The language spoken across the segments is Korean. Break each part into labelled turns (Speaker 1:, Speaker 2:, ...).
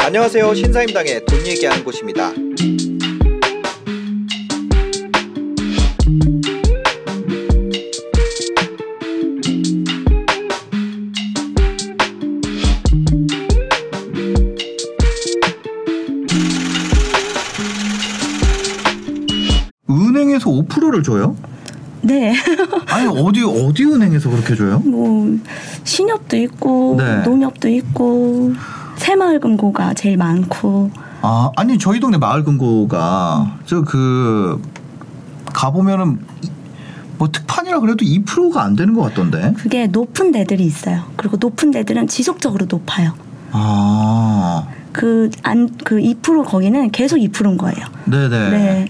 Speaker 1: 안녕하세요. 신사임당의 돈 얘기하는 곳입니다.
Speaker 2: 은행에서 5%를 줘요?
Speaker 3: 네.
Speaker 2: 아니 어디 어디 은행에서 그렇게 줘요?
Speaker 3: 뭐 신협도 있고
Speaker 2: 네.
Speaker 3: 농협도 있고 새마을금고가 제일 많고
Speaker 2: 아 아니 저희 동네 마을금고가 저 그 가보면은 이- 뭐 특판이라 그래도 2%가 안 되는 것 같던데.
Speaker 3: 그게 높은 데들이 있어요. 그리고 높은 데들은 지속적으로 높아요.
Speaker 2: 아
Speaker 3: 그 안 그 2% 거기는 계속 2%인 거예요.
Speaker 2: 네네.
Speaker 3: 네.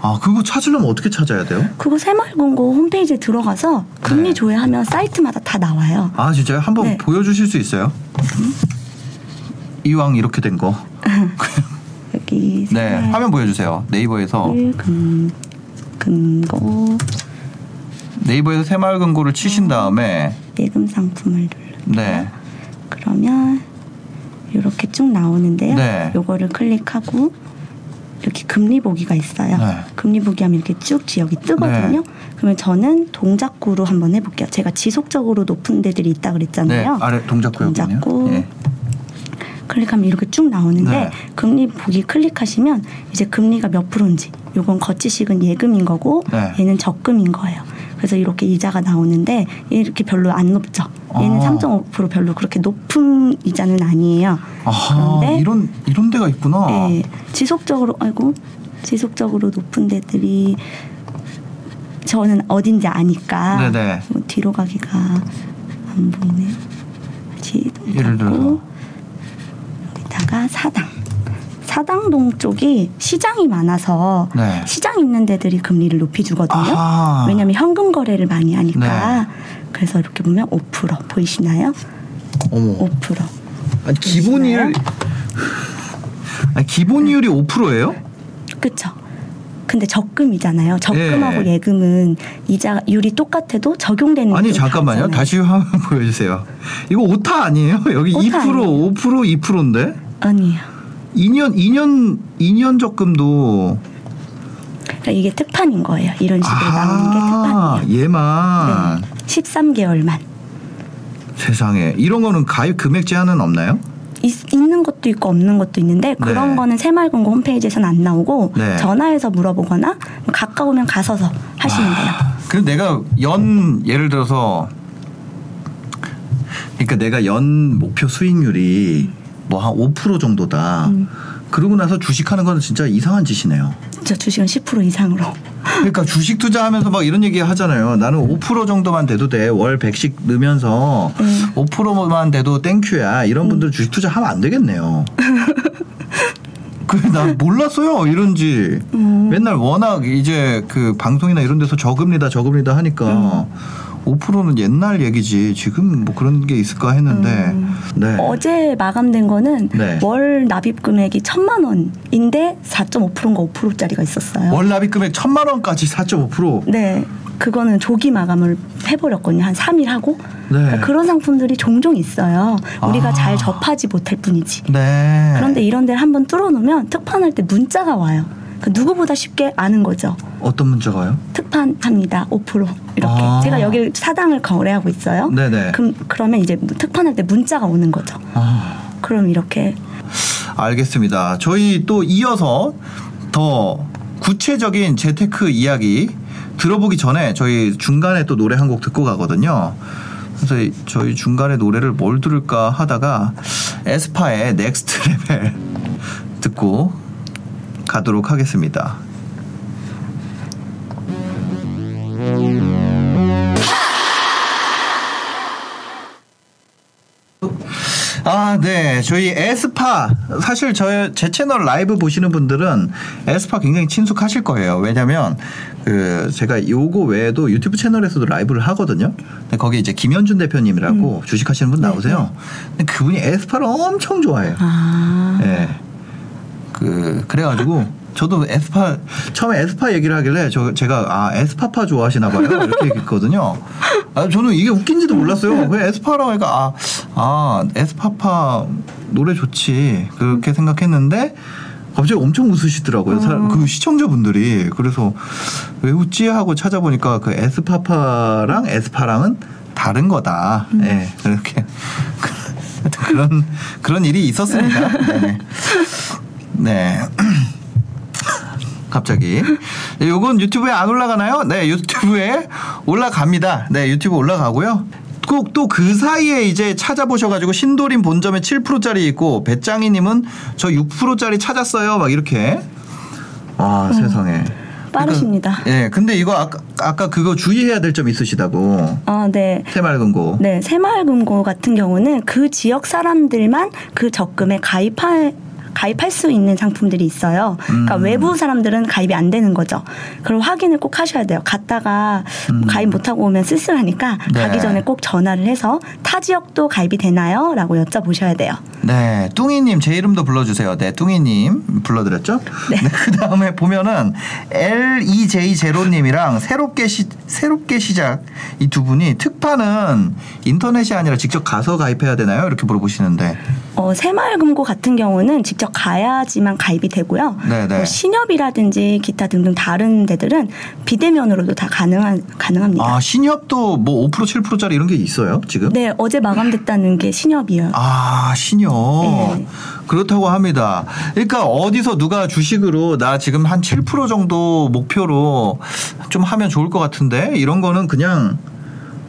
Speaker 2: 아 그거 찾으려면 어떻게 찾아야 돼요?
Speaker 3: 그거 새마을금고 홈페이지에 들어가서 금리
Speaker 2: 네.
Speaker 3: 조회하면 사이트마다 다 나와요.
Speaker 2: 아 진짜요? 한번
Speaker 3: 네.
Speaker 2: 보여주실 수 있어요? 이왕 이렇게 된 거.
Speaker 3: 여기
Speaker 2: 네. 화면 보여주세요. 네이버에서
Speaker 3: 새마을금고
Speaker 2: 네이버에서 새마을금고를 치신 다음에
Speaker 3: 예금 상품을 눌러.
Speaker 2: 네.
Speaker 3: 그러면 이렇게 쭉 나오는데요.
Speaker 2: 네.
Speaker 3: 요거를 클릭하고 이렇게 금리 보기가 있어요.
Speaker 2: 네.
Speaker 3: 금리 보기 하면 이렇게 쭉 지역이 뜨거든요. 그러면 저는 동작구로 한번 해볼게요. 제가 지속적으로 높은 데들이 있다
Speaker 2: 네.
Speaker 3: 그랬잖아요.
Speaker 2: 아래 동작구였군요.
Speaker 3: 동작구.
Speaker 2: 예.
Speaker 3: 클릭하면 이렇게 쭉 나오는데
Speaker 2: 네.
Speaker 3: 금리 보기 클릭하시면 이제 금리가 몇 프로인지 요건 거치식은 예금인 거고
Speaker 2: 네.
Speaker 3: 얘는 적금인 거예요. 그래서 이렇게 이자가 나오는데 이렇게 별로 안 높죠. 얘는
Speaker 2: 아.
Speaker 3: 3.5% 별로 그렇게 높은 이자는 아니에요.
Speaker 2: 아
Speaker 3: 그런데-
Speaker 2: 이런 이런 데가 있구나.
Speaker 3: 예, 지속적으로 아이고 지속적으로 높은 데들이 저는 어딘지 아니까
Speaker 2: 네네.
Speaker 3: 뭐 뒤로 가기가 안 보이네요. 다시
Speaker 2: 예를 들어서.
Speaker 3: 동작구 여기다가 사당 사당동 쪽이 시장이 많아서
Speaker 2: 네.
Speaker 3: 시장 있는 데들이 금리를 높이 주거든요.
Speaker 2: 아하. 네.
Speaker 3: 왜냐하면 현금 거래를 많이 하니까 그래서 이렇게 보면 5% 보이시나요?
Speaker 2: 어머.
Speaker 3: 5%
Speaker 2: 아니, 기본이율 아니, 기본이율이 5%예요?
Speaker 3: 그렇죠. 근데 적금이잖아요. 적금하고
Speaker 2: 예.
Speaker 3: 예. 금은 이자율이 똑같아도 적용되는
Speaker 2: 아니
Speaker 3: 게
Speaker 2: 잠깐만요.
Speaker 3: 다르잖아요.
Speaker 2: 다시 화면 보여주세요. 이거 오타 아니에요? 여기
Speaker 3: 오타
Speaker 2: 2%
Speaker 3: 아니에요.
Speaker 2: 5% 2%인데
Speaker 3: 아니에요.
Speaker 2: 2년 2년 2년 적금도
Speaker 3: 그러니까 이게 특판인 거예요. 이런 식으로 나오는 게
Speaker 2: 아
Speaker 3: 특판이에요.
Speaker 2: 얘만
Speaker 3: 네. 13개월만
Speaker 2: 세상에 이런 거는 가입 금액 제한은 없나요?
Speaker 3: 있, 는 것도 있고 없는 것도 있는데 그런
Speaker 2: 네.
Speaker 3: 거는 새마을금고 홈페이지에서는 안 나오고
Speaker 2: 네.
Speaker 3: 전화해서 물어보거나 뭐 가까우면 가서서
Speaker 2: 아.
Speaker 3: 하시면 돼요.
Speaker 2: 그럼 내가 연 예를 들어서 그러니까 내가 연 목표 수익률이 뭐 한 5% 정도다. 그러고 나서 주식하는 건 진짜 이상한 짓이네요.
Speaker 3: 저 주식은 10% 이상으로
Speaker 2: 그러니까 주식 투자하면서 막 이런 얘기 하잖아요. 나는 5% 정도만 돼도 돼. 월 100씩 넣으면서
Speaker 3: 음.
Speaker 2: 5%만 돼도 땡큐야. 이런 분들 주식 투자하면 안 되겠네요. 그래, 난 몰랐어요. 이런지.
Speaker 3: 음.
Speaker 2: 맨날 워낙 이제 그 방송이나 이런 데서 저금리다, 저금리다 하니까
Speaker 3: 음.
Speaker 2: 5%는 옛날 얘기지. 지금 뭐 그런 게 있을까 했는데. 네.
Speaker 3: 음. 어제 마감된 거는
Speaker 2: 네.
Speaker 3: 월 납입 금액이 천만 원인데 4.5%인가 5%짜리가 있었어요.
Speaker 2: 월 납입 금액 천만 원까지 4.5%.
Speaker 3: 네. 그거는 조기 마감을 해버렸거든요. 한 3일 하고.
Speaker 2: 네.
Speaker 3: 그런 상품들이 종종 있어요. 우리가
Speaker 2: 아.
Speaker 3: 잘 접하지 못할 뿐이지.
Speaker 2: 네.
Speaker 3: 그런데 이런 데를 한번 뚫어놓으면 특판할 때 문자가 와요. 그 누구보다 쉽게 아는 거죠.
Speaker 2: 어떤 문자가요?
Speaker 3: 특판합니다. 5% 이렇게.
Speaker 2: 아.
Speaker 3: 제가 여기 사당을 거래하고 있어요.
Speaker 2: 네네.
Speaker 3: 그럼, 그러면 이제 특판할 때 문자가 오는 거죠.
Speaker 2: 아.
Speaker 3: 그럼 이렇게
Speaker 2: 알겠습니다. 저희 또 이어서 더 구체적인 재테크 이야기 들어보기 전에 저희 중간에 또 노래 한 곡 듣고 가거든요. 그래서 이- 저희 중간에 노래를 뭘 들을까 하다가 에스파의 넥스트 레벨 듣고 가도록 하겠습니다. 아, 네. 저희 에스파 사실 저제 채널 라이브 보시는 분들은 에스파 굉장히 친숙하실 거예요. 왜냐면 그 제가 요거 외에도 유튜브 채널에서도 라이브를 하거든요. 근데 거기 이제 김현준 대표님이라고 주식하시는 분 나오세요. 근데 그분이 에스파를 엄청 좋아해요.
Speaker 3: 아
Speaker 2: 예. 그 그래가지고 저도 에스파 처음에 에스파 얘기를 하길래 저 제가 아 에스파파 좋아하시나 봐요 이렇게 얘기했거든요. 아 저는 이게 웃긴지도 몰랐어요. 왜 에스파라고 하니까 아, 아 에스파파 노래 좋지 그렇게 생각했는데 갑자기 엄청 웃으시더라고요. 사- 그 시청자분들이 그래서 왜 웃지 하고 찾아보니까 그 에스파파랑 에스파랑은 다른 거다. 예 이렇게 그런 그런 일이 있었습니다. 네. 네. 갑자기. 예, 요건 유튜브에 안 올라가나요? 네, 유튜브에 올라갑니다. 네, 유튜브 올라가고요. 꼭 또 그 사이에 이제 찾아보셔가지고 신도림 본점에 7%짜리 있고 배짱이님은 저 6%짜리 찾았어요. 막 이렇게. 아 세상에.
Speaker 3: 음. 빠르십니다.
Speaker 2: 그러니까, 예, 근데 이거 아까, 아까 그거 주의해야 될 점 있으시다고.
Speaker 3: 아, 네.
Speaker 2: 새맑은 고.
Speaker 3: 네, 새마을금고 같은 경우는 그 지역 사람들만 그 적금에 가입할 가입할 수 있는 상품들이 있어요. 그러니까
Speaker 2: 음.
Speaker 3: 외부 사람들은 가입이 안 되는 거죠. 그럼 확인을 꼭 하셔야 돼요. 갔다가 가입 못 하고 오면 쓸쓸하니까
Speaker 2: 음. 네.
Speaker 3: 가기 전에 꼭 전화를 해서 타 지역도 가입이 되나요?라고 여쭤보셔야 돼요.
Speaker 2: 네, 뚱이님 제 이름도 불러주세요. 네, 뚱이님 불러드렸죠? 네. 그 다음에 보면은 L E J 제로님이랑 새롭게 시 새롭게 시작 이 두 분이 특파는 인터넷이 아니라 직접 가서 가입해야 되나요? 이렇게 물어보시는데
Speaker 3: 어, 새마을금고 같은 경우는 직접 가야지만 가입이 되고요.
Speaker 2: 네네.
Speaker 3: 뭐 신협이라든지 기타 등등 다른 데들은 비대면으로도 다 가능한 가능합니다.
Speaker 2: 아 신협도 뭐 5% 7%짜리 이런 게 있어요 지금?
Speaker 3: 네, 어제 마감됐다는 게 신협이요.
Speaker 2: 아, 신협.
Speaker 3: 네.
Speaker 2: 그렇다고 합니다. 그러니까 어디서 누가 주식으로 나 지금 한 7% 정도 목표로 좀 하면 좋을 것 같은데 이런 거는 그냥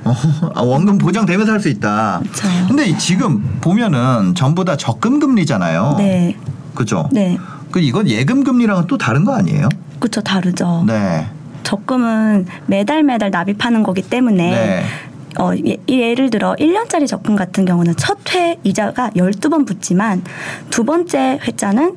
Speaker 2: 어, 아, 원금 보장되면서 할 수 있다.
Speaker 3: 그쵸.
Speaker 2: 근데 이 지금 보면은 전부 다 적금 금리잖아요.
Speaker 3: 네,
Speaker 2: 그죠?
Speaker 3: 네,
Speaker 2: 그 이건 예금 금리랑은 또 다른 거 아니에요?
Speaker 3: 그렇죠, 다르죠.
Speaker 2: 네.
Speaker 3: 적금은 매달 매달 납입하는 거기 때문에
Speaker 2: 네.
Speaker 3: 어, 예, 예를 들어 1년짜리 적금 같은 경우는 첫 회 이자가 12번 붙지만 두 번째 회차는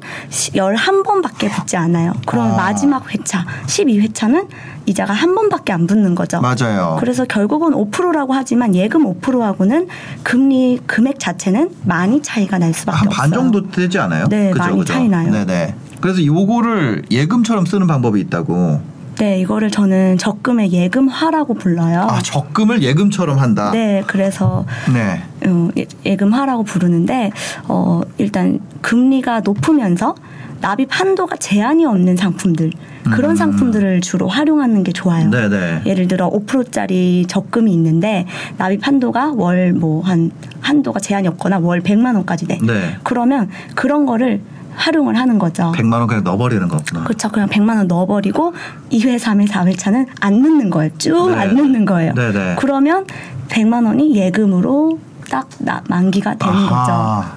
Speaker 3: 11번밖에 붙지 않아요. 그럼
Speaker 2: 아.
Speaker 3: 마지막 회차 12회차는 이자가 한 번밖에 안 붙는 거죠.
Speaker 2: 맞아요.
Speaker 3: 그래서 결국은 5%라고 하지만 예금 5%하고는 금리 금액 자체는 많이 차이가 날 수밖에
Speaker 2: 한
Speaker 3: 없어요.
Speaker 2: 반 정도 되지 않아요?
Speaker 3: 네,
Speaker 2: 그죠,
Speaker 3: 많이
Speaker 2: 그죠?
Speaker 3: 차이 나요.
Speaker 2: 네네. 그래서 요거를 예금처럼 쓰는 방법이 있다고.
Speaker 3: 네, 이거를 저는 적금의 예금화라고 불러요.
Speaker 2: 아, 적금을 예금처럼 한다.
Speaker 3: 네, 그래서
Speaker 2: 네.
Speaker 3: 어, 예- 예금하라고 부르는데 어, 일단 금리가 높으면서 납입 한도가 제한이 없는 상품들 그런
Speaker 2: 음.
Speaker 3: 상품들을 주로 활용하는 게 좋아요.
Speaker 2: 네네.
Speaker 3: 예를 들어 5%짜리 적금이 있는데 납입 한도가 월 뭐 한 한도가 제한이 없거나 월 100만 원까지 돼.
Speaker 2: 네.
Speaker 3: 그러면 그런 거를 활용을 하는 거죠.
Speaker 2: 100만 원 그냥 넣어버리는 거구나.
Speaker 3: 그렇죠. 그냥 100만 원 넣어버리고 2회, 3회, 4회차는 안 넣는 거예요. 쭉 안
Speaker 2: 네.
Speaker 3: 넣는 거예요.
Speaker 2: 네네.
Speaker 3: 그러면 100만 원이 예금으로 딱 나- 만기가 되는 거죠.
Speaker 2: 아하.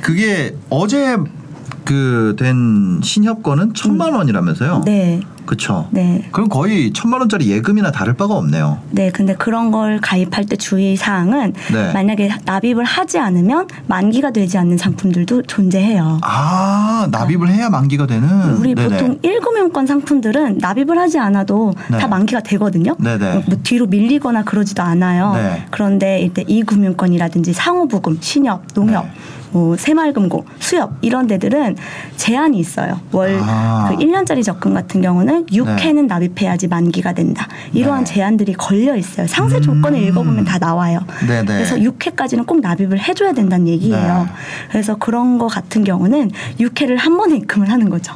Speaker 2: 그게 어제 그 된 신협 거는 천만 원이라면서요?
Speaker 3: 네,
Speaker 2: 그쵸.
Speaker 3: 네,
Speaker 2: 그럼 거의 천만 원짜리 예금이나 다를 바가 없네요.
Speaker 3: 네. 근데 그런 걸 가입할 때 주의 사항은
Speaker 2: 네.
Speaker 3: 만약에 납입을 하지 않으면 만기가 되지 않는 상품들도 존재해요.
Speaker 2: 아, 납입을 해야 만기가 되는.
Speaker 3: 우리
Speaker 2: 아, 네네.
Speaker 3: 보통 1금융권 상품들은 납입을 하지 않아도
Speaker 2: 네.
Speaker 3: 다 만기가 되거든요.
Speaker 2: 네네.
Speaker 3: 뭐 뒤로 밀리거나 그러지도 않아요.
Speaker 2: 네.
Speaker 3: 그런데 일단 2금융권이라든지 상호부금, 신협, 농협,
Speaker 2: 네.
Speaker 3: 뭐 새마을금고, 수협 이런 데들은 제한이 있어요. 월
Speaker 2: 아.
Speaker 3: 그 1년짜리 적금 같은 경우는 6회는 납입해야지 만기가 된다. 이러한
Speaker 2: 네.
Speaker 3: 제한들이 걸려 있어요. 상세 조건을
Speaker 2: 음.
Speaker 3: 읽어보면 다 나와요.
Speaker 2: 네네.
Speaker 3: 그래서 6회까지는 꼭 납입을 해줘야 된다는 얘기예요.
Speaker 2: 네.
Speaker 3: 그래서 그런 거 같은 경우는 6회를 한 번에 입금을 하는 거죠.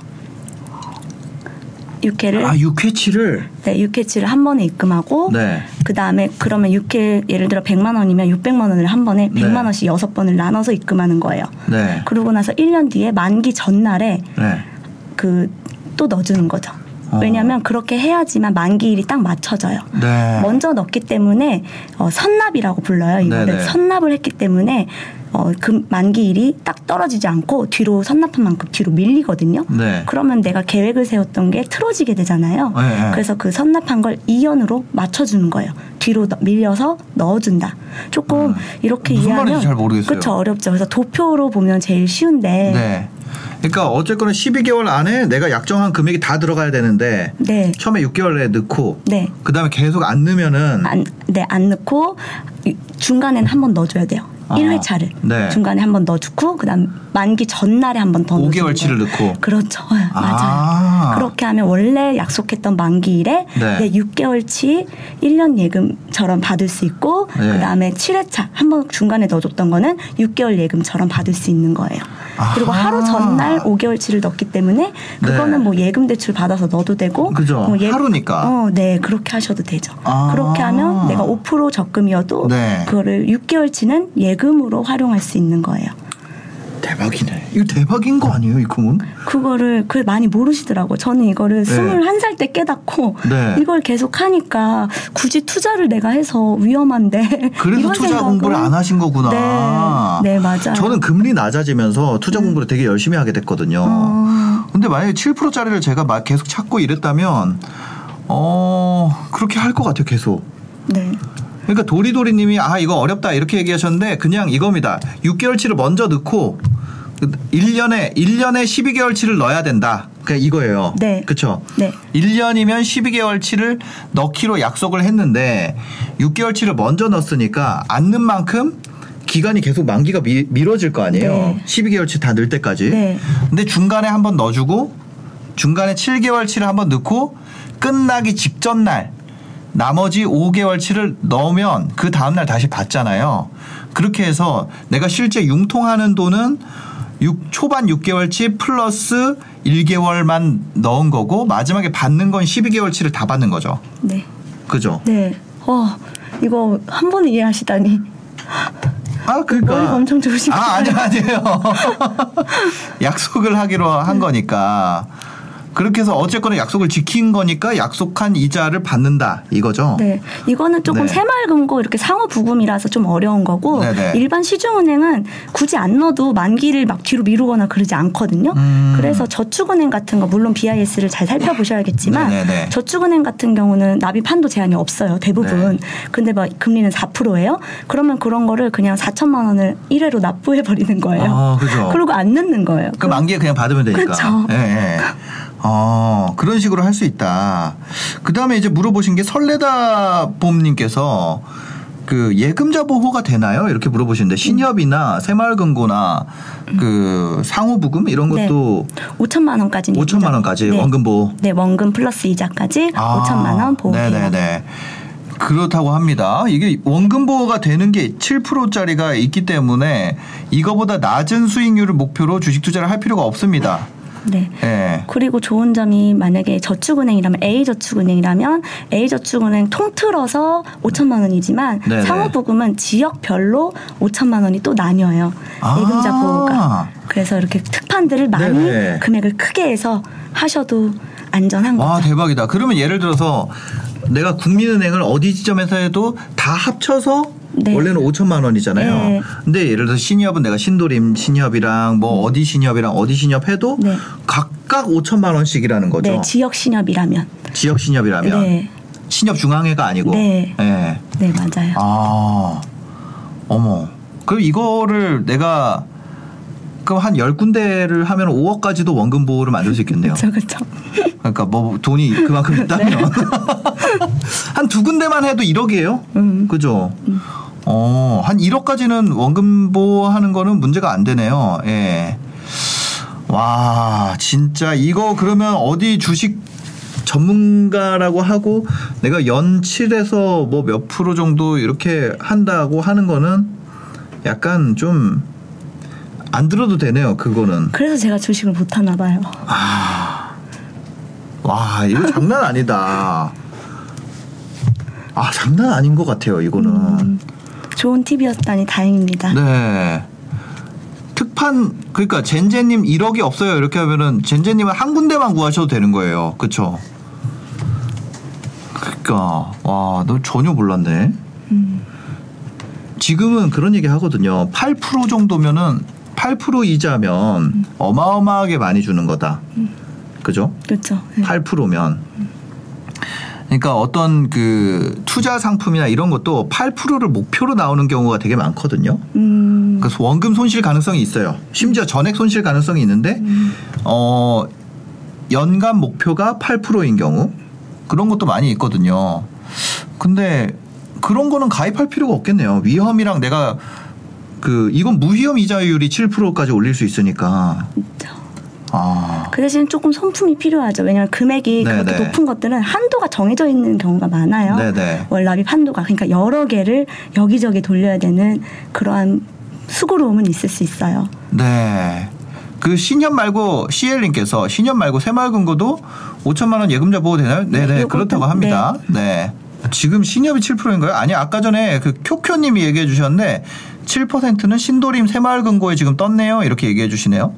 Speaker 3: 6회를
Speaker 2: 아, 육회치를.
Speaker 3: 네, 6회치를 한 번에 입금하고
Speaker 2: 네.
Speaker 3: 그다음에 그러면 6회 예를 들어 100만 원이면 600만 원을 한 번에
Speaker 2: 네.
Speaker 3: 100만 원씩 여섯 번을 나눠서 입금하는 거예요.
Speaker 2: 네.
Speaker 3: 그러고 나서 1년 뒤에 만기 전날에
Speaker 2: 네.
Speaker 3: 그 또 넣어주는 거죠.
Speaker 2: 어.
Speaker 3: 왜냐하면 그렇게 해야지만 만기일이 딱 맞춰져요.
Speaker 2: 네.
Speaker 3: 먼저 넣기 때문에 어, 선납이라고 불러요. 이거를
Speaker 2: 네네.
Speaker 3: 선납을 했기 때문에 어, 그 만기일이 딱 떨어지지 않고 뒤로 선납한 만큼 뒤로 밀리거든요.
Speaker 2: 네.
Speaker 3: 그러면 내가 계획을 세웠던 게 틀어지게 되잖아요.
Speaker 2: 네, 네.
Speaker 3: 그래서 그 선납한 걸 2연으로 맞춰주는 거예요. 뒤로 넣- 밀려서 넣어준다. 조금 이렇게
Speaker 2: 음. 무슨 말인지
Speaker 3: 이해하면
Speaker 2: 잘 모르겠어요.
Speaker 3: 그렇죠 어렵죠. 그래서 도표로 보면 제일 쉬운데
Speaker 2: 네. 그러니까 어쨌거나 12개월 안에 내가 약정한 금액이 다 들어가야 되는데
Speaker 3: 네.
Speaker 2: 처음에 6개월에 넣고
Speaker 3: 네.
Speaker 2: 그다음에 계속 안 넣으면은
Speaker 3: 안, 네, 안 넣고 중간엔 한 번 넣어줘야 돼요.
Speaker 2: 아,
Speaker 3: 1회차를
Speaker 2: 네.
Speaker 3: 중간에 한 번 넣어주고 그다음 만기 전날에 한 번 더 넣어주고
Speaker 2: 5개월치를 넣고.
Speaker 3: 그렇죠. 네,
Speaker 2: 아.
Speaker 3: 맞아요. 그렇게 하면 원래 약속했던 만기일에
Speaker 2: 네.
Speaker 3: 내 6개월치 1년 예금처럼 받을 수 있고
Speaker 2: 네.
Speaker 3: 그다음에 7회차 한 번 중간에 넣어줬던 거는 6개월 예금처럼 받을 수 있는 거예요. 그리고
Speaker 2: 아하. 네.
Speaker 3: 하루 전날 5개월치를 넣기 때문에 그거는 뭐 예금 대출 받아서 넣어도 되고
Speaker 2: 그죠.
Speaker 3: 뭐
Speaker 2: 하루니까.
Speaker 3: 어, 네 그렇게 하셔도 되죠.
Speaker 2: 아.
Speaker 3: 그렇게 하면 내가 5% 적금이어도
Speaker 2: 네.
Speaker 3: 그거를 6개월치는 예금으로 활용할 수 있는 거예요.
Speaker 2: 대박이네. 이거 대박인 거 아니에요, 이 꿈은?
Speaker 3: 그거를 그 많이 모르시더라고. 저는 이거를 스물한 살 때 깨닫고
Speaker 2: 네.
Speaker 3: 이걸 계속 하니까 굳이 투자를 내가 해서 위험한데.
Speaker 2: 그래서
Speaker 3: 이런
Speaker 2: 투자
Speaker 3: 생각은-
Speaker 2: 공부를 안 하신 거구나.
Speaker 3: 네, 네 맞아요. 음.
Speaker 2: 저는 금리 낮아지면서 투자 공부를 되게 열심히 하게 됐거든요.
Speaker 3: 어.
Speaker 2: 근데 만약에 7%짜리를 제가 막 계속 찾고 이랬다면 어, 그렇게 할 것 같아요, 계속.
Speaker 3: 네.
Speaker 2: 그러니까 도리도리 님이 아, 이거 어렵다 이렇게 얘기하셨는데 그냥 이겁니다. 6개월치를 먼저 넣고 1년에 1년에 12개월치를 넣어야 된다. 그냥 이거예요.
Speaker 3: 네.
Speaker 2: 그렇죠?
Speaker 3: 네.
Speaker 2: 1년이면 12개월치를 넣기로 약속을 했는데 6개월치를 먼저 넣었으니까 안는 만큼 기간이 계속 만기가 미, 미뤄질 거 아니에요.
Speaker 3: 네.
Speaker 2: 12개월치 다 넣을 때까지.
Speaker 3: 네.
Speaker 2: 근데 중간에 한번 넣어주고 중간에 7개월치를 한번 넣고 끝나기 직전 날 나머지 5개월치를 넣으면 그 다음날 다시 받잖아요. 그렇게 해서 내가 실제 융통하는 돈은 6, 초반 6개월치 플러스 1개월만 넣은 거고 마지막에 받는 건 12개월치를 다 받는 거죠.
Speaker 3: 네.
Speaker 2: 그죠?
Speaker 3: 네. 어 이거 한 번에 이해하시다니.
Speaker 2: 아, 그러니까.
Speaker 3: 머리가 엄청 좋으신
Speaker 2: 아, 아니 아니에요. 약속을 하기로
Speaker 3: 네.
Speaker 2: 한 거니까. 그렇게 해서 어쨌거나 약속을 지킨 거니까 약속한 이자를 받는다 이거죠.
Speaker 3: 네, 이거는 조금
Speaker 2: 어. 네.
Speaker 3: 새마을금고 이렇게 상호 부금이라서 좀 어려운 거고
Speaker 2: 네네.
Speaker 3: 일반 시중은행은 굳이 안 넣어도 만기를 막 뒤로 미루거나 그러지 않거든요.
Speaker 2: 음.
Speaker 3: 그래서 저축은행 같은 거 물론 BIS를 잘 살펴보셔야겠지만
Speaker 2: 네네네.
Speaker 3: 저축은행 같은 경우는 납입 한도 제한이 없어요 대부분.
Speaker 2: 네.
Speaker 3: 근데 막 금리는 4%예요. 그러면 그런 거를 그냥 4천만 원을 1회로 납부해 버리는 거예요.
Speaker 2: 아, 그죠.
Speaker 3: 그러고 안 넣는 거예요.
Speaker 2: 그 만기에 그냥 받으면 되니까.
Speaker 3: 그쵸.
Speaker 2: 예, 예. 어, 그런 식으로 할 수 있다. 그 다음에 이제 물어보신 게 설레다 봄님께서 그 예금자 보호가 되나요? 이렇게
Speaker 3: 음.
Speaker 2: 물어보시는데 신협이나 새마을금고나 그 상호부금 이런
Speaker 3: 네.
Speaker 2: 것도
Speaker 3: 5천만 원까지.
Speaker 2: 5천만 원까지 원금 보호.
Speaker 3: 네, 원금 플러스 이자까지 5천만 원 보호해요.
Speaker 2: 아. 네네네. 그렇다고 합니다. 이게 원금 보호가 되는 게 7%짜리가 있기 때문에 이거보다 낮은 수익률을 목표로 주식 투자를 할 필요가 없습니다.
Speaker 3: 네.
Speaker 2: 예.
Speaker 3: 그리고 좋은 점이 만약에 저축은행이라면 A저축은행이라면 A저축은행 통틀어서 5천만 원이지만
Speaker 2: 네네.
Speaker 3: 상호부금은 지역별로 5천만 원이 또 나뉘어요.
Speaker 2: 아.
Speaker 3: 예금자 보호가. 그래서 이렇게 특판들을 많이
Speaker 2: 네네.
Speaker 3: 금액을 크게 해서 하셔도 안전한 거죠.
Speaker 2: 와 대박이다. 그러면 예를 들어서 내가 국민은행을 어디 지점에서 해도 다 합쳐서
Speaker 3: 네.
Speaker 2: 원래는 5천만 원이잖아요.
Speaker 3: 네.
Speaker 2: 근데 예를 들어서 신협은 내가 신도림 신협이랑 뭐 어디 신협이랑 어디 신협 해도
Speaker 3: 네.
Speaker 2: 각각 5천만 원씩이라는 거죠.
Speaker 3: 네, 지역 신협이라면.
Speaker 2: 지역 그렇죠. 신협이라면
Speaker 3: 네.
Speaker 2: 신협 중앙회가 아니고.
Speaker 3: 네.
Speaker 2: 예.
Speaker 3: 네, 맞아요.
Speaker 2: 아, 어머. 그럼 이거를 내가 그럼 한 10군데를 하면 5억까지도 원금 보호를 만들 수 있겠네요.
Speaker 3: 그렇죠, 그렇죠.
Speaker 2: 그러니까 뭐 돈이 그만큼 있다면 한 두 군데만 해도 1억이에요.
Speaker 3: 음.
Speaker 2: 그죠? 어, 한 1억까지는 원금 보호하는 거는 문제가 안 되네요. 예. 와, 진짜 이거 그러면 어디 주식 전문가라고 하고 내가 연칠에서 뭐 몇 프로 정도 이렇게 한다고 하는 거는 약간 좀 안 들어도 되네요. 그거는.
Speaker 3: 그래서 제가 주식을 못 하나 봐요.
Speaker 2: 와 이거 장난 아니다. 아 장난 아닌 것 같아요 이거는.
Speaker 3: 좋은 팁이었다니 다행입니다.
Speaker 2: 네. 특판 그러니까 젠제님 1억이 없어요 이렇게 하면은 젠제님은 한 군데만 구하셔도 되는 거예요. 그쵸? 그러니까 와너 전혀 몰랐네. 지금은 그런 얘기 하거든요. 8% 정도면은 8% 이자면 어마어마하게 많이 주는 거다. 그죠?
Speaker 3: 그렇죠. 네.
Speaker 2: 8%면 그러니까 어떤 그 투자 상품이나 이런 것도 8%를 목표로 나오는 경우가 되게 많거든요.
Speaker 3: 음,
Speaker 2: 그래서 원금 손실 가능성이 있어요. 심지어 전액 손실 가능성이 있는데
Speaker 3: 음.
Speaker 2: 어 연간 목표가 8%인 경우 그런 것도 많이 있거든요. 근데 그런 거는 가입할 필요가 없겠네요. 위험이랑 내가 그 이건 무위험 이자율이 7%까지 올릴 수 있으니까 아
Speaker 3: 그 대신 조금 성품이 필요하죠. 왜냐하면 금액이
Speaker 2: 네,
Speaker 3: 그렇게
Speaker 2: 네.
Speaker 3: 높은 것들은 한도가 정해져 있는 경우가 많아요.
Speaker 2: 네네
Speaker 3: 월납입 한도가 그러니까 여러 개를 여기저기 돌려야 되는 그러한 수고로움은 있을 수 있어요.
Speaker 2: 네. 그 신현 말고 CL님께서 신현 말고 새마을금고도 5천만 원 예금자 보호 되나요? 네네
Speaker 3: 요거
Speaker 2: 그렇다고
Speaker 3: 좀-
Speaker 2: 합니다. 네. 지금 신협이 7%인가요? 아니 아까 전에 그 쿄쿄님이 얘기해 주셨는데 7%는 신도림 새마을금고에 지금 떴네요 이렇게 얘기해 주시네요.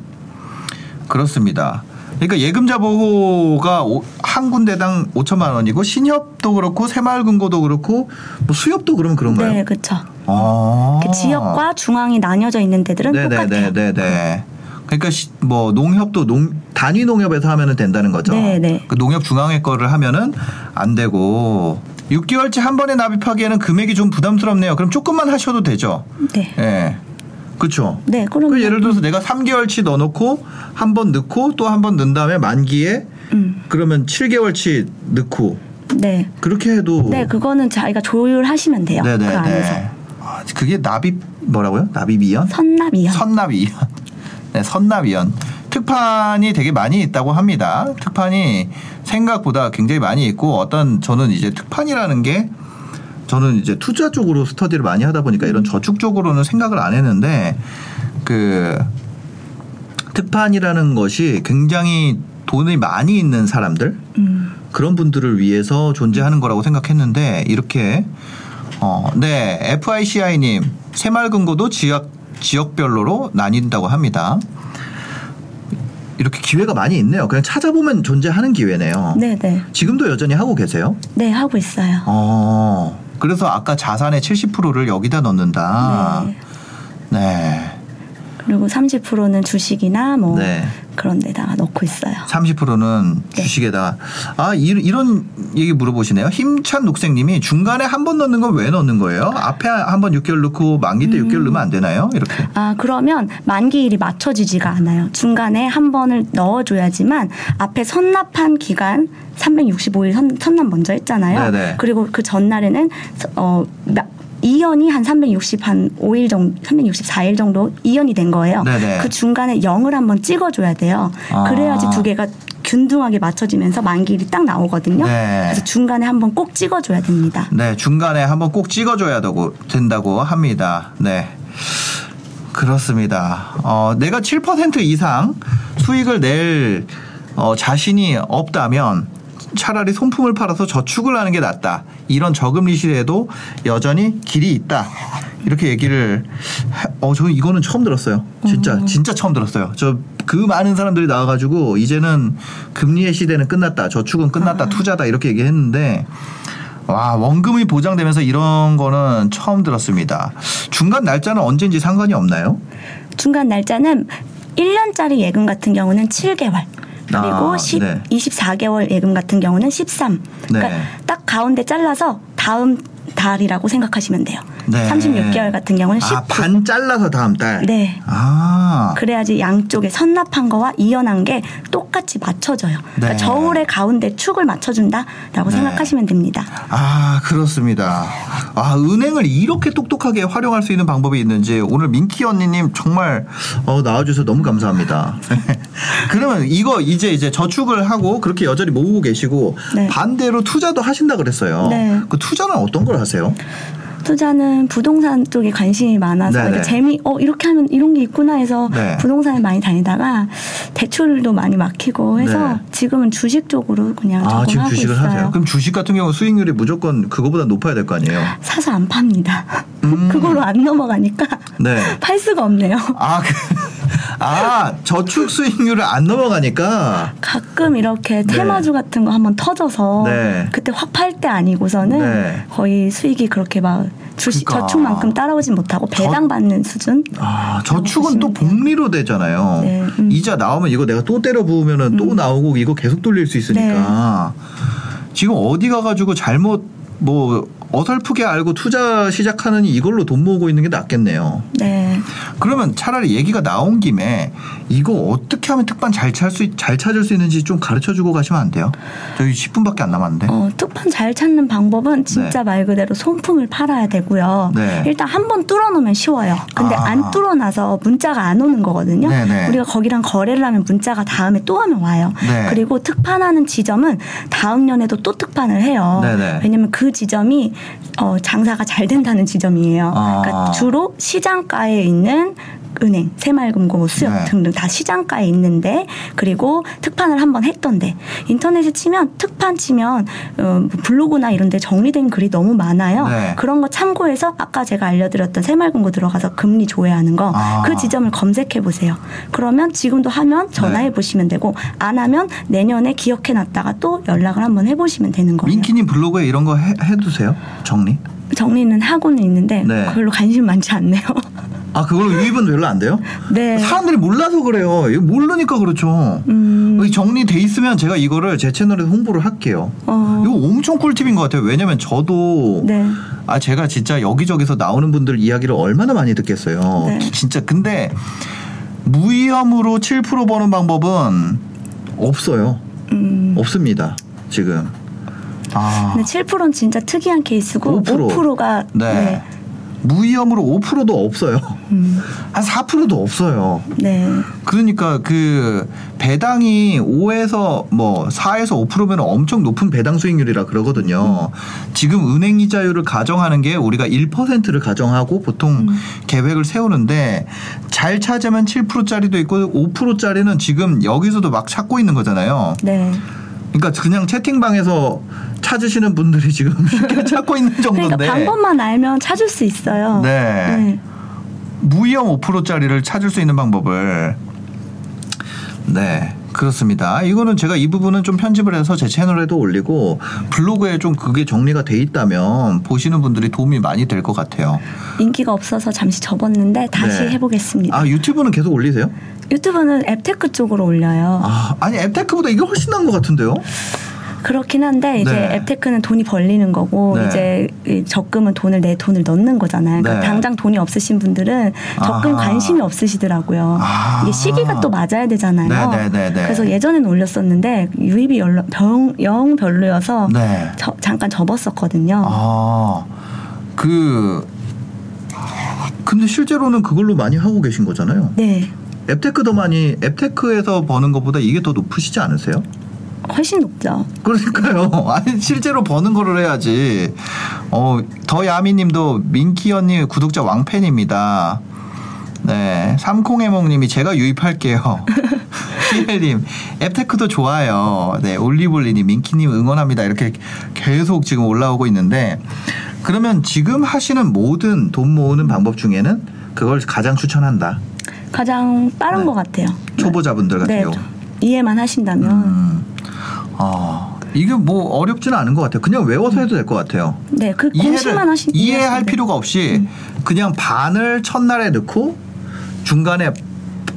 Speaker 2: 그렇습니다. 그러니까 예금자 보호가 오- 한 군데당 5천만 원이고 신협도 그렇고 새마을금고도 그렇고 뭐 수협도 그러면 그런가요?
Speaker 3: 네, 그렇죠.
Speaker 2: 아. 네,
Speaker 3: 그 지역과 중앙이 나뉘어져 있는 데들은 음. 똑같아요.
Speaker 2: 네네네네. 그러니까 시- 뭐 농협도 농 단위 농협에서 하면은 된다는 거죠.
Speaker 3: 네네.
Speaker 2: 그 농협 중앙의 거를 하면은 안 되고 6개월치 한 번에 납입하기에는 금액이 좀 부담스럽네요. 그럼 조금만 하셔도 되죠.
Speaker 3: 네,
Speaker 2: 예. 그렇죠.
Speaker 3: 네, 그럼
Speaker 2: 그 예를 들어서 내가 3개월치 넣어놓고 한 번 넣고 또 한 번 넣은 다음에 만기에
Speaker 3: 음,
Speaker 2: 그러면 7개월치 넣고
Speaker 3: 네,
Speaker 2: 그렇게 해도
Speaker 3: 네, 그거는 자기가 조율하시면 돼요. 그 안에서
Speaker 2: 네네네. 아, 그게 납입 뭐라고요? 납입 이연?
Speaker 3: 선납 이연.
Speaker 2: 선납위원. 네, 선납위원. 특판이 되게 많이 있다고 합니다. 특판이 생각보다 굉장히 많이 있고 어떤 저는 이제 특판이라는 게 저는 이제 투자 쪽으로 스터디를 많이 하다 보니까 이런 저축 쪽으로는 생각을 안 했는데 그 특판이라는 것이 굉장히 돈이 많이 있는 사람들
Speaker 3: 음,
Speaker 2: 그런 분들을 위해서 존재하는 거라고 생각했는데 이렇게 어, 네 FICI님 새마을금고도 지역 지역별로로 나뉜다고 합니다. 이렇게 기회가 많이 있네요. 그냥 찾아보면 존재하는 기회네요.
Speaker 3: 네, 네,
Speaker 2: 지금도 여전히 하고 계세요?
Speaker 3: 네 하고 있어요.
Speaker 2: 어. 그래서 아까 자산의 70%를 여기다 넣는다.
Speaker 3: 네.
Speaker 2: 네.
Speaker 3: 그리고 30%는 주식이나 뭐
Speaker 2: 네.
Speaker 3: 그런 데다가 넣고 있어요.
Speaker 2: 30%는
Speaker 3: 네.
Speaker 2: 주식에다가 아 이, 이런 얘기 물어보시네요. 힘찬 녹색님이 중간에 한 번 넣는 건 왜 넣는 거예요? 앞에 한 번 6개월 넣고 만기 때
Speaker 3: 음.
Speaker 2: 6개월 넣으면 안 되나요? 이렇게.
Speaker 3: 아 그러면 만기일이 맞춰지지가 않아요. 중간에 한 번을 넣어줘야지만 앞에 선납한 기간 365일 선, 선납 먼저 했잖아요.
Speaker 2: 네네.
Speaker 3: 그리고 그 전날에는 서- 어 나- 이연이 한 360, 한 5일 정도, 364일 정도 이연이 된 거예요.
Speaker 2: 네네.
Speaker 3: 그 중간에 0을 한번 찍어줘야 돼요.
Speaker 2: 아.
Speaker 3: 그래야지 두 개가 균등하게 맞춰지면서 만기일이 딱 나오거든요.
Speaker 2: 네.
Speaker 3: 그래서 중간에 한번 꼭 찍어줘야 됩니다.
Speaker 2: 네, 중간에 한번 꼭 찍어줘야 되고, 된다고 합니다. 네. 그렇습니다. 어, 내가 7% 이상 수익을 낼 어, 자신이 없다면 차라리 손품을 팔아서 저축을 하는 게 낫다. 이런 저금리 시대에도 여전히 길이 있다. 이렇게 얘기를 해- 어 저는 이거는 처음 들었어요. 진짜 진짜 처음 들었어요. 저 그 많은 사람들이 나와 가지고 이제는 금리의 시대는 끝났다. 저축은 끝났다. 투자다. 이렇게 얘기했는데 와 원금이 보장되면서 이런 거는 처음 들었습니다. 중간 날짜는 언제인지 상관이 없나요?
Speaker 3: 중간 날짜는 1년짜리 예금 같은 경우는 7개월. 그리고
Speaker 2: 아,
Speaker 3: 10,
Speaker 2: 네.
Speaker 3: 24개월 예금 같은 경우는 13. 그러니까
Speaker 2: 네.
Speaker 3: 딱 가운데 잘라서 다음 달이라고 생각하시면 돼요.
Speaker 2: 네.
Speaker 3: 36개월 같은 경우는 19.
Speaker 2: 아, 반 잘라서 다음 달.
Speaker 3: 네.
Speaker 2: 아.
Speaker 3: 그래야지 양쪽에 선납한 거와 이연한 게 똑같이 맞춰져요.
Speaker 2: 네.
Speaker 3: 그러니까 저울의 가운데 축을 맞춰준다라고
Speaker 2: 네.
Speaker 3: 생각하시면 됩니다.
Speaker 2: 아, 그렇습니다. 아, 은행을 이렇게 똑똑하게 활용할 수 있는 방법이 있는지 오늘 민키 언니님 정말 어, 나와주셔서 너무 감사합니다. 그러면 이거 이제 이제 저축을 하고 그렇게 여전히 모으고 계시고
Speaker 3: 네.
Speaker 2: 반대로 투자도 하신다 그랬어요.
Speaker 3: 네.
Speaker 2: 그 투자는 어떤 걸 하세요?
Speaker 3: 투자는 부동산 쪽에 관심이 많아서
Speaker 2: 네네.
Speaker 3: 이렇게 재미 어 이렇게 하면 이런 게 있구나 해서
Speaker 2: 네.
Speaker 3: 부동산을 많이 다니다가 대출도 많이 막히고 해서
Speaker 2: 네.
Speaker 3: 지금은 주식 쪽으로 그냥
Speaker 2: 아, 지금
Speaker 3: 적응하고
Speaker 2: 주식을
Speaker 3: 있어요.
Speaker 2: 하세요. 그럼 주식 같은 경우 수익률이 무조건 그거보다 높아야 될 거 아니에요?
Speaker 3: 사서 안 팝니다. 그걸로 안 넘어가니까
Speaker 2: 음. 네.
Speaker 3: 팔 수가 없네요.
Speaker 2: 아, 그, 아 저축 수익률을 안 넘어가니까.
Speaker 3: 가끔 이렇게 테마주 같은 거 한번 터져서
Speaker 2: 네.
Speaker 3: 그때 확 팔 때 아니고서는
Speaker 2: 네.
Speaker 3: 거의 수익이 그렇게 막 주식
Speaker 2: 그러니까.
Speaker 3: 저축만큼 따라오진 못하고 배당 받는 수준.
Speaker 2: 아, 저축은 또 복리로 되잖아요.
Speaker 3: 네, 음.
Speaker 2: 이자 나오면 이거 내가 또 때려 부으면 은또 나오고
Speaker 3: 네.
Speaker 2: 이거 계속 돌릴 수 있으니까. 지금 어디 가가지고 잘못 뭐 어설프게 알고 투자 시작하는 이걸로 돈 모으고 있는 게 낫겠네요.
Speaker 3: 네.
Speaker 2: 그러면 차라리 얘기가 나온 김에 이거 어떻게 하면 특판 잘, 찰 수, 있- 잘 찾을 수 있는지 좀 가르쳐 주고 가시면 안 돼요? 저희 10분밖에 안 남았는데.
Speaker 3: 어, 특판 잘 찾는 방법은 진짜 말 그대로 손품을 팔아야 되고요.
Speaker 2: 네.
Speaker 3: 일단 한 번 뚫어놓으면 쉬워요. 근데
Speaker 2: 아.
Speaker 3: 안 뚫어놔서 문자가 안 오는 거거든요.
Speaker 2: 네네.
Speaker 3: 우리가 거기랑 거래를 하면 문자가 다음에 또 하면 와요.
Speaker 2: 네.
Speaker 3: 그리고 특판하는 지점은 다음 년에도 또 특판을 해요.
Speaker 2: 네네.
Speaker 3: 왜냐면 그 지점이 어, 장사가 잘 된다는 지점이에요.
Speaker 2: 아.
Speaker 3: 그러니까 주로 시장가에 있는 은행, 새마을금고, 수협
Speaker 2: 네.
Speaker 3: 등등 다 시장가에 있는데 그리고 특판을 한번 했던데 인터넷에 치면 특판 치면 어, 뭐 블로그나 이런데 정리된 글이 너무 많아요.
Speaker 2: 네.
Speaker 3: 그런 거 참고해서 아까 제가 알려드렸던 새마을금고 들어가서 금리 조회하는 거 그
Speaker 2: 아.
Speaker 3: 지점을 검색해 보세요. 그러면 지금도 하면
Speaker 2: 네.
Speaker 3: 전화해 보시면 되고 안 하면 내년에 기억해 놨다가 또 연락을 한번 해보시면 되는 거예요.
Speaker 2: 민키님 블로그에 이런 거 해, 해두세요? 정리?
Speaker 3: 정리는 하고는 있는데
Speaker 2: 네.
Speaker 3: 별로 관심 많지 않네요.
Speaker 2: 아, 그걸로 유입은 별로 안 돼요?
Speaker 3: 네.
Speaker 2: 사람들이 몰라서 그래요. 이거 모르니까 그렇죠.
Speaker 3: 음,
Speaker 2: 이 정리돼 있으면 제가 이거를 제 채널에 서 홍보를 할게요.
Speaker 3: 어,
Speaker 2: 이거 엄청 꿀팁인 것 같아요. 왜냐면 저도
Speaker 3: 네.
Speaker 2: 아 제가 진짜 여기저기서 나오는 분들 이야기를 얼마나 많이 듣겠어요.
Speaker 3: 네.
Speaker 2: 진짜 근데 무위험으로 7% 버는 방법은 없어요.
Speaker 3: 음.
Speaker 2: 없습니다. 지금. 아.
Speaker 3: 근데 7%는 진짜 특이한 케이스고
Speaker 2: 5%.
Speaker 3: 5%. 가
Speaker 2: 네.
Speaker 3: 네.
Speaker 2: 무위험으로 5%도 없어요.
Speaker 3: 음,
Speaker 2: 한 4%도 없어요.
Speaker 3: 네.
Speaker 2: 그러니까 그 배당이 5에서 뭐 4에서 5%면 엄청 높은 배당 수익률이라 그러거든요. 지금 은행 이자율을 가정하는 게 우리가 1%를 가정하고 보통
Speaker 3: 음.
Speaker 2: 계획을 세우는데 잘 찾으면 7%짜리도 있고 5%짜리는 지금 여기서도 막 찾고 있는 거잖아요.
Speaker 3: 네.
Speaker 2: 그러니까 그냥 채팅방에서 찾으시는 분들이 지금 쉽게 찾고 있는 정도인데
Speaker 3: 그러니까 방법만 음. 알면 찾을 수 있어요.
Speaker 2: 네. 무위험 5%짜리를 찾을 수 있는 방법을 네 그렇습니다. 이거는 제가 이 부분은 좀 편집을 해서 제 채널에도 올리고 블로그에 좀 그게 정리가 돼 있다면 보시는 분들이 도움이 많이 될 것 같아요.
Speaker 3: 인기가 없어서 잠시 접었는데 다시
Speaker 2: 네.
Speaker 3: 해보겠습니다.
Speaker 2: 아 유튜브는 계속 올리세요?
Speaker 3: 유튜브는 앱테크 쪽으로 올려요.
Speaker 2: 아 아니 앱테크보다 이게 훨씬 나은 것 같은데요?
Speaker 3: 그렇긴 한데 이제
Speaker 2: 네.
Speaker 3: 앱테크는 돈이 벌리는 거고
Speaker 2: 네.
Speaker 3: 이제 이 적금은 돈을 내 돈을 넣는 거잖아요. 그러니까
Speaker 2: 네.
Speaker 3: 당장 돈이 없으신 분들은 적금
Speaker 2: 아하.
Speaker 3: 관심이 없으시더라고요.
Speaker 2: 아.
Speaker 3: 이게 시기가 또 맞아야 되잖아요.
Speaker 2: 네, 네, 네, 네.
Speaker 3: 그래서 예전엔 올렸었는데 유입이 열로- 병- 영 별로여서
Speaker 2: 네. 아.
Speaker 3: 저- 잠깐 접었었거든요.
Speaker 2: 아그 근데 실제로는 그걸로 많이 하고 계신 거잖아요.
Speaker 3: 네,
Speaker 2: 앱테크 더 많이 앱테크에서 버는 것보다 이게 더 높으시지 않으세요?
Speaker 3: 훨씬 높죠.
Speaker 2: 그러니까요. 아니 실제로 버는 거를 해야지. 어, 더 야미님도 민키 언니 구독자 왕팬입니다. 네, 삼콩해몽님이 제가 유입할게요. 피엘님 앱테크도 좋아요. 네, 올리볼리님 민키님 응원합니다. 이렇게 계속 지금 올라오고 있는데 그러면 지금 하시는 모든 돈 모으는 방법 중에는 그걸 가장 추천한다.
Speaker 3: 가장 빠른
Speaker 2: 네.
Speaker 3: 것 같아요.
Speaker 2: 초보자분들 같은
Speaker 3: 네,
Speaker 2: 경우.
Speaker 3: 이해만 하신다면
Speaker 2: 음. 아, 이게 뭐 어렵지는 않은 것 같아요. 그냥 외워서 해도 될 것 같아요.
Speaker 3: 네, 그 공식만 하시
Speaker 2: 이해할
Speaker 3: 이해하시면 돼요. 음.
Speaker 2: 필요가 없이 그냥 반을 첫날에 넣고 중간에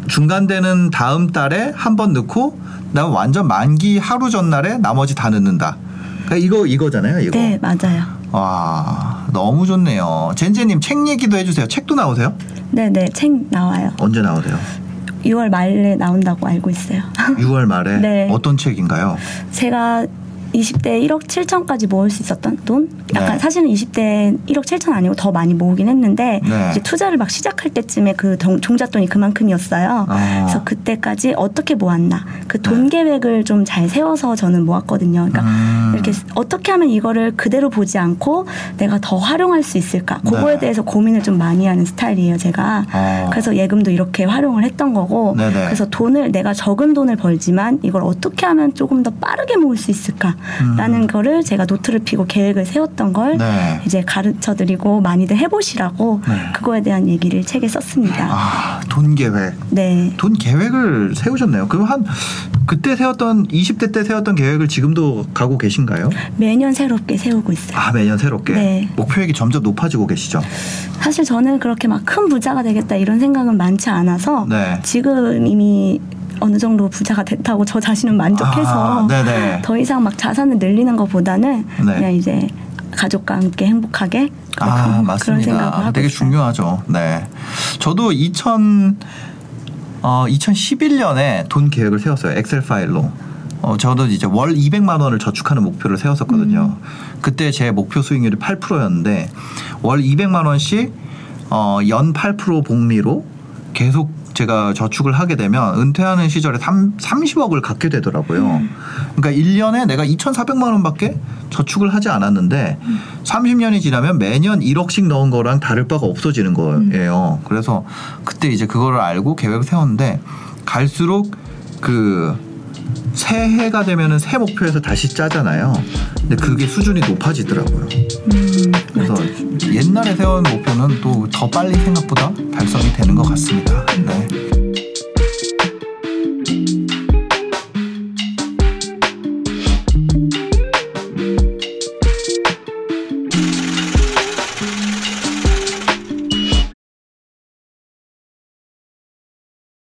Speaker 2: 중간되는 다음 달에 한 번 넣고 난 완전 만기 하루 전날에 나머지 다 넣는다. 그러니까 이거 이거잖아요. 이거.
Speaker 3: 네, 맞아요.
Speaker 2: 와 너무 좋네요. 젠제님 책 얘기도 해주세요. 책도 나오세요?
Speaker 3: 네, 네, 책 나와요.
Speaker 2: 언제 나오세요?
Speaker 3: 6월 말에 나온다고 알고 있어요.
Speaker 2: 6월 말에
Speaker 3: 네.
Speaker 2: 어떤 책인가요?
Speaker 3: 제가 20대 1억 7천까지 모을 수 있었던 돈? 약간
Speaker 2: 네.
Speaker 3: 사실은 20대 1억 7천 아니고 더 많이 모으긴 했는데
Speaker 2: 네.
Speaker 3: 이제 투자를 막 시작할 때쯤에 그 정- 종잣돈이 그만큼이었어요.
Speaker 2: 아. 네.
Speaker 3: 그래서 그때까지 어떻게 모았나 그 돈 계획을 좀 잘 세워서 저는 모았거든요. 그러니까
Speaker 2: 음.
Speaker 3: 이렇게 어떻게 하면 이거를 그대로 보지 않고 내가 더 활용할 수 있을까 그거에
Speaker 2: 네.
Speaker 3: 대해서 고민을 좀 많이 하는 스타일이에요 제가
Speaker 2: 어.
Speaker 3: 그래서 예금도 이렇게 활용을 했던 거고
Speaker 2: 네네.
Speaker 3: 그래서 돈을 내가 적은 돈을 벌지만 이걸 어떻게 하면 조금 더 빠르게 모을 수 있을까라는 거를 제가 노트를 피고 계획을 세웠던 걸
Speaker 2: 음. 네.
Speaker 3: 이제 가르쳐 드리고 많이들 해보시라고
Speaker 2: 네.
Speaker 3: 그거에 대한 얘기를 책에 썼습니다
Speaker 2: 아돈 계획.
Speaker 3: 네
Speaker 2: 돈 계획을 세우셨네요. 그럼 한 그때 세웠던 20대 때 세웠던 계획을 지금도 가고 계신가요?
Speaker 3: 매년 새롭게 세우고 있어요
Speaker 2: 아 매년 새롭게
Speaker 3: 네.
Speaker 2: 목표액이 점점 높아지고 계시죠.
Speaker 3: 사실 저는 그렇게 막 큰 부자가 되겠다 이런 생각은 많지 않아서
Speaker 2: 네.
Speaker 3: 지금 이미 어느 정도 부자가 됐다고 저 자신은 만족해서
Speaker 2: 아, 네네.
Speaker 3: 더 이상 막 자산을 늘리는 것보다는
Speaker 2: 네.
Speaker 3: 그냥 이제 가족과 함께 행복하게
Speaker 2: 아
Speaker 3: 그런- 그런 생각을
Speaker 2: 맞습니다.
Speaker 3: 하고
Speaker 2: 되게
Speaker 3: 있어요.
Speaker 2: 중요하죠. 네, 저도 2000 어, 2011년에 돈 계획을 세웠어요. 엑셀 파일로. 어, 저도 이제 월 200만 원을 저축하는 목표를 세웠었거든요.
Speaker 3: 음.
Speaker 2: 그때 제 목표 수익률이 8%였는데 월 200만 원씩 어, 연 8% 복리로 계속 제가 저축을 하게 되면 은퇴하는 시절에 3, 30억을 갖게 되더라고요.
Speaker 3: 음.
Speaker 2: 그러니까 1년에 내가 2,400만 원밖에 저축을 하지 않았는데 30년이 지나면 매년 1억씩 넣은 거랑 다를 바가 없어지는 거예요. 그래서 그때 이제 그거를 알고 계획을 세웠는데 갈수록 그 새해가 되면은 새 목표에서 다시 짜잖아요. 근데 그게 수준이 높아지더라고요. 그래서 옛날에 세운 목표는 또 더 빨리 생각보다 달성이 되는 것 같습니다. 네.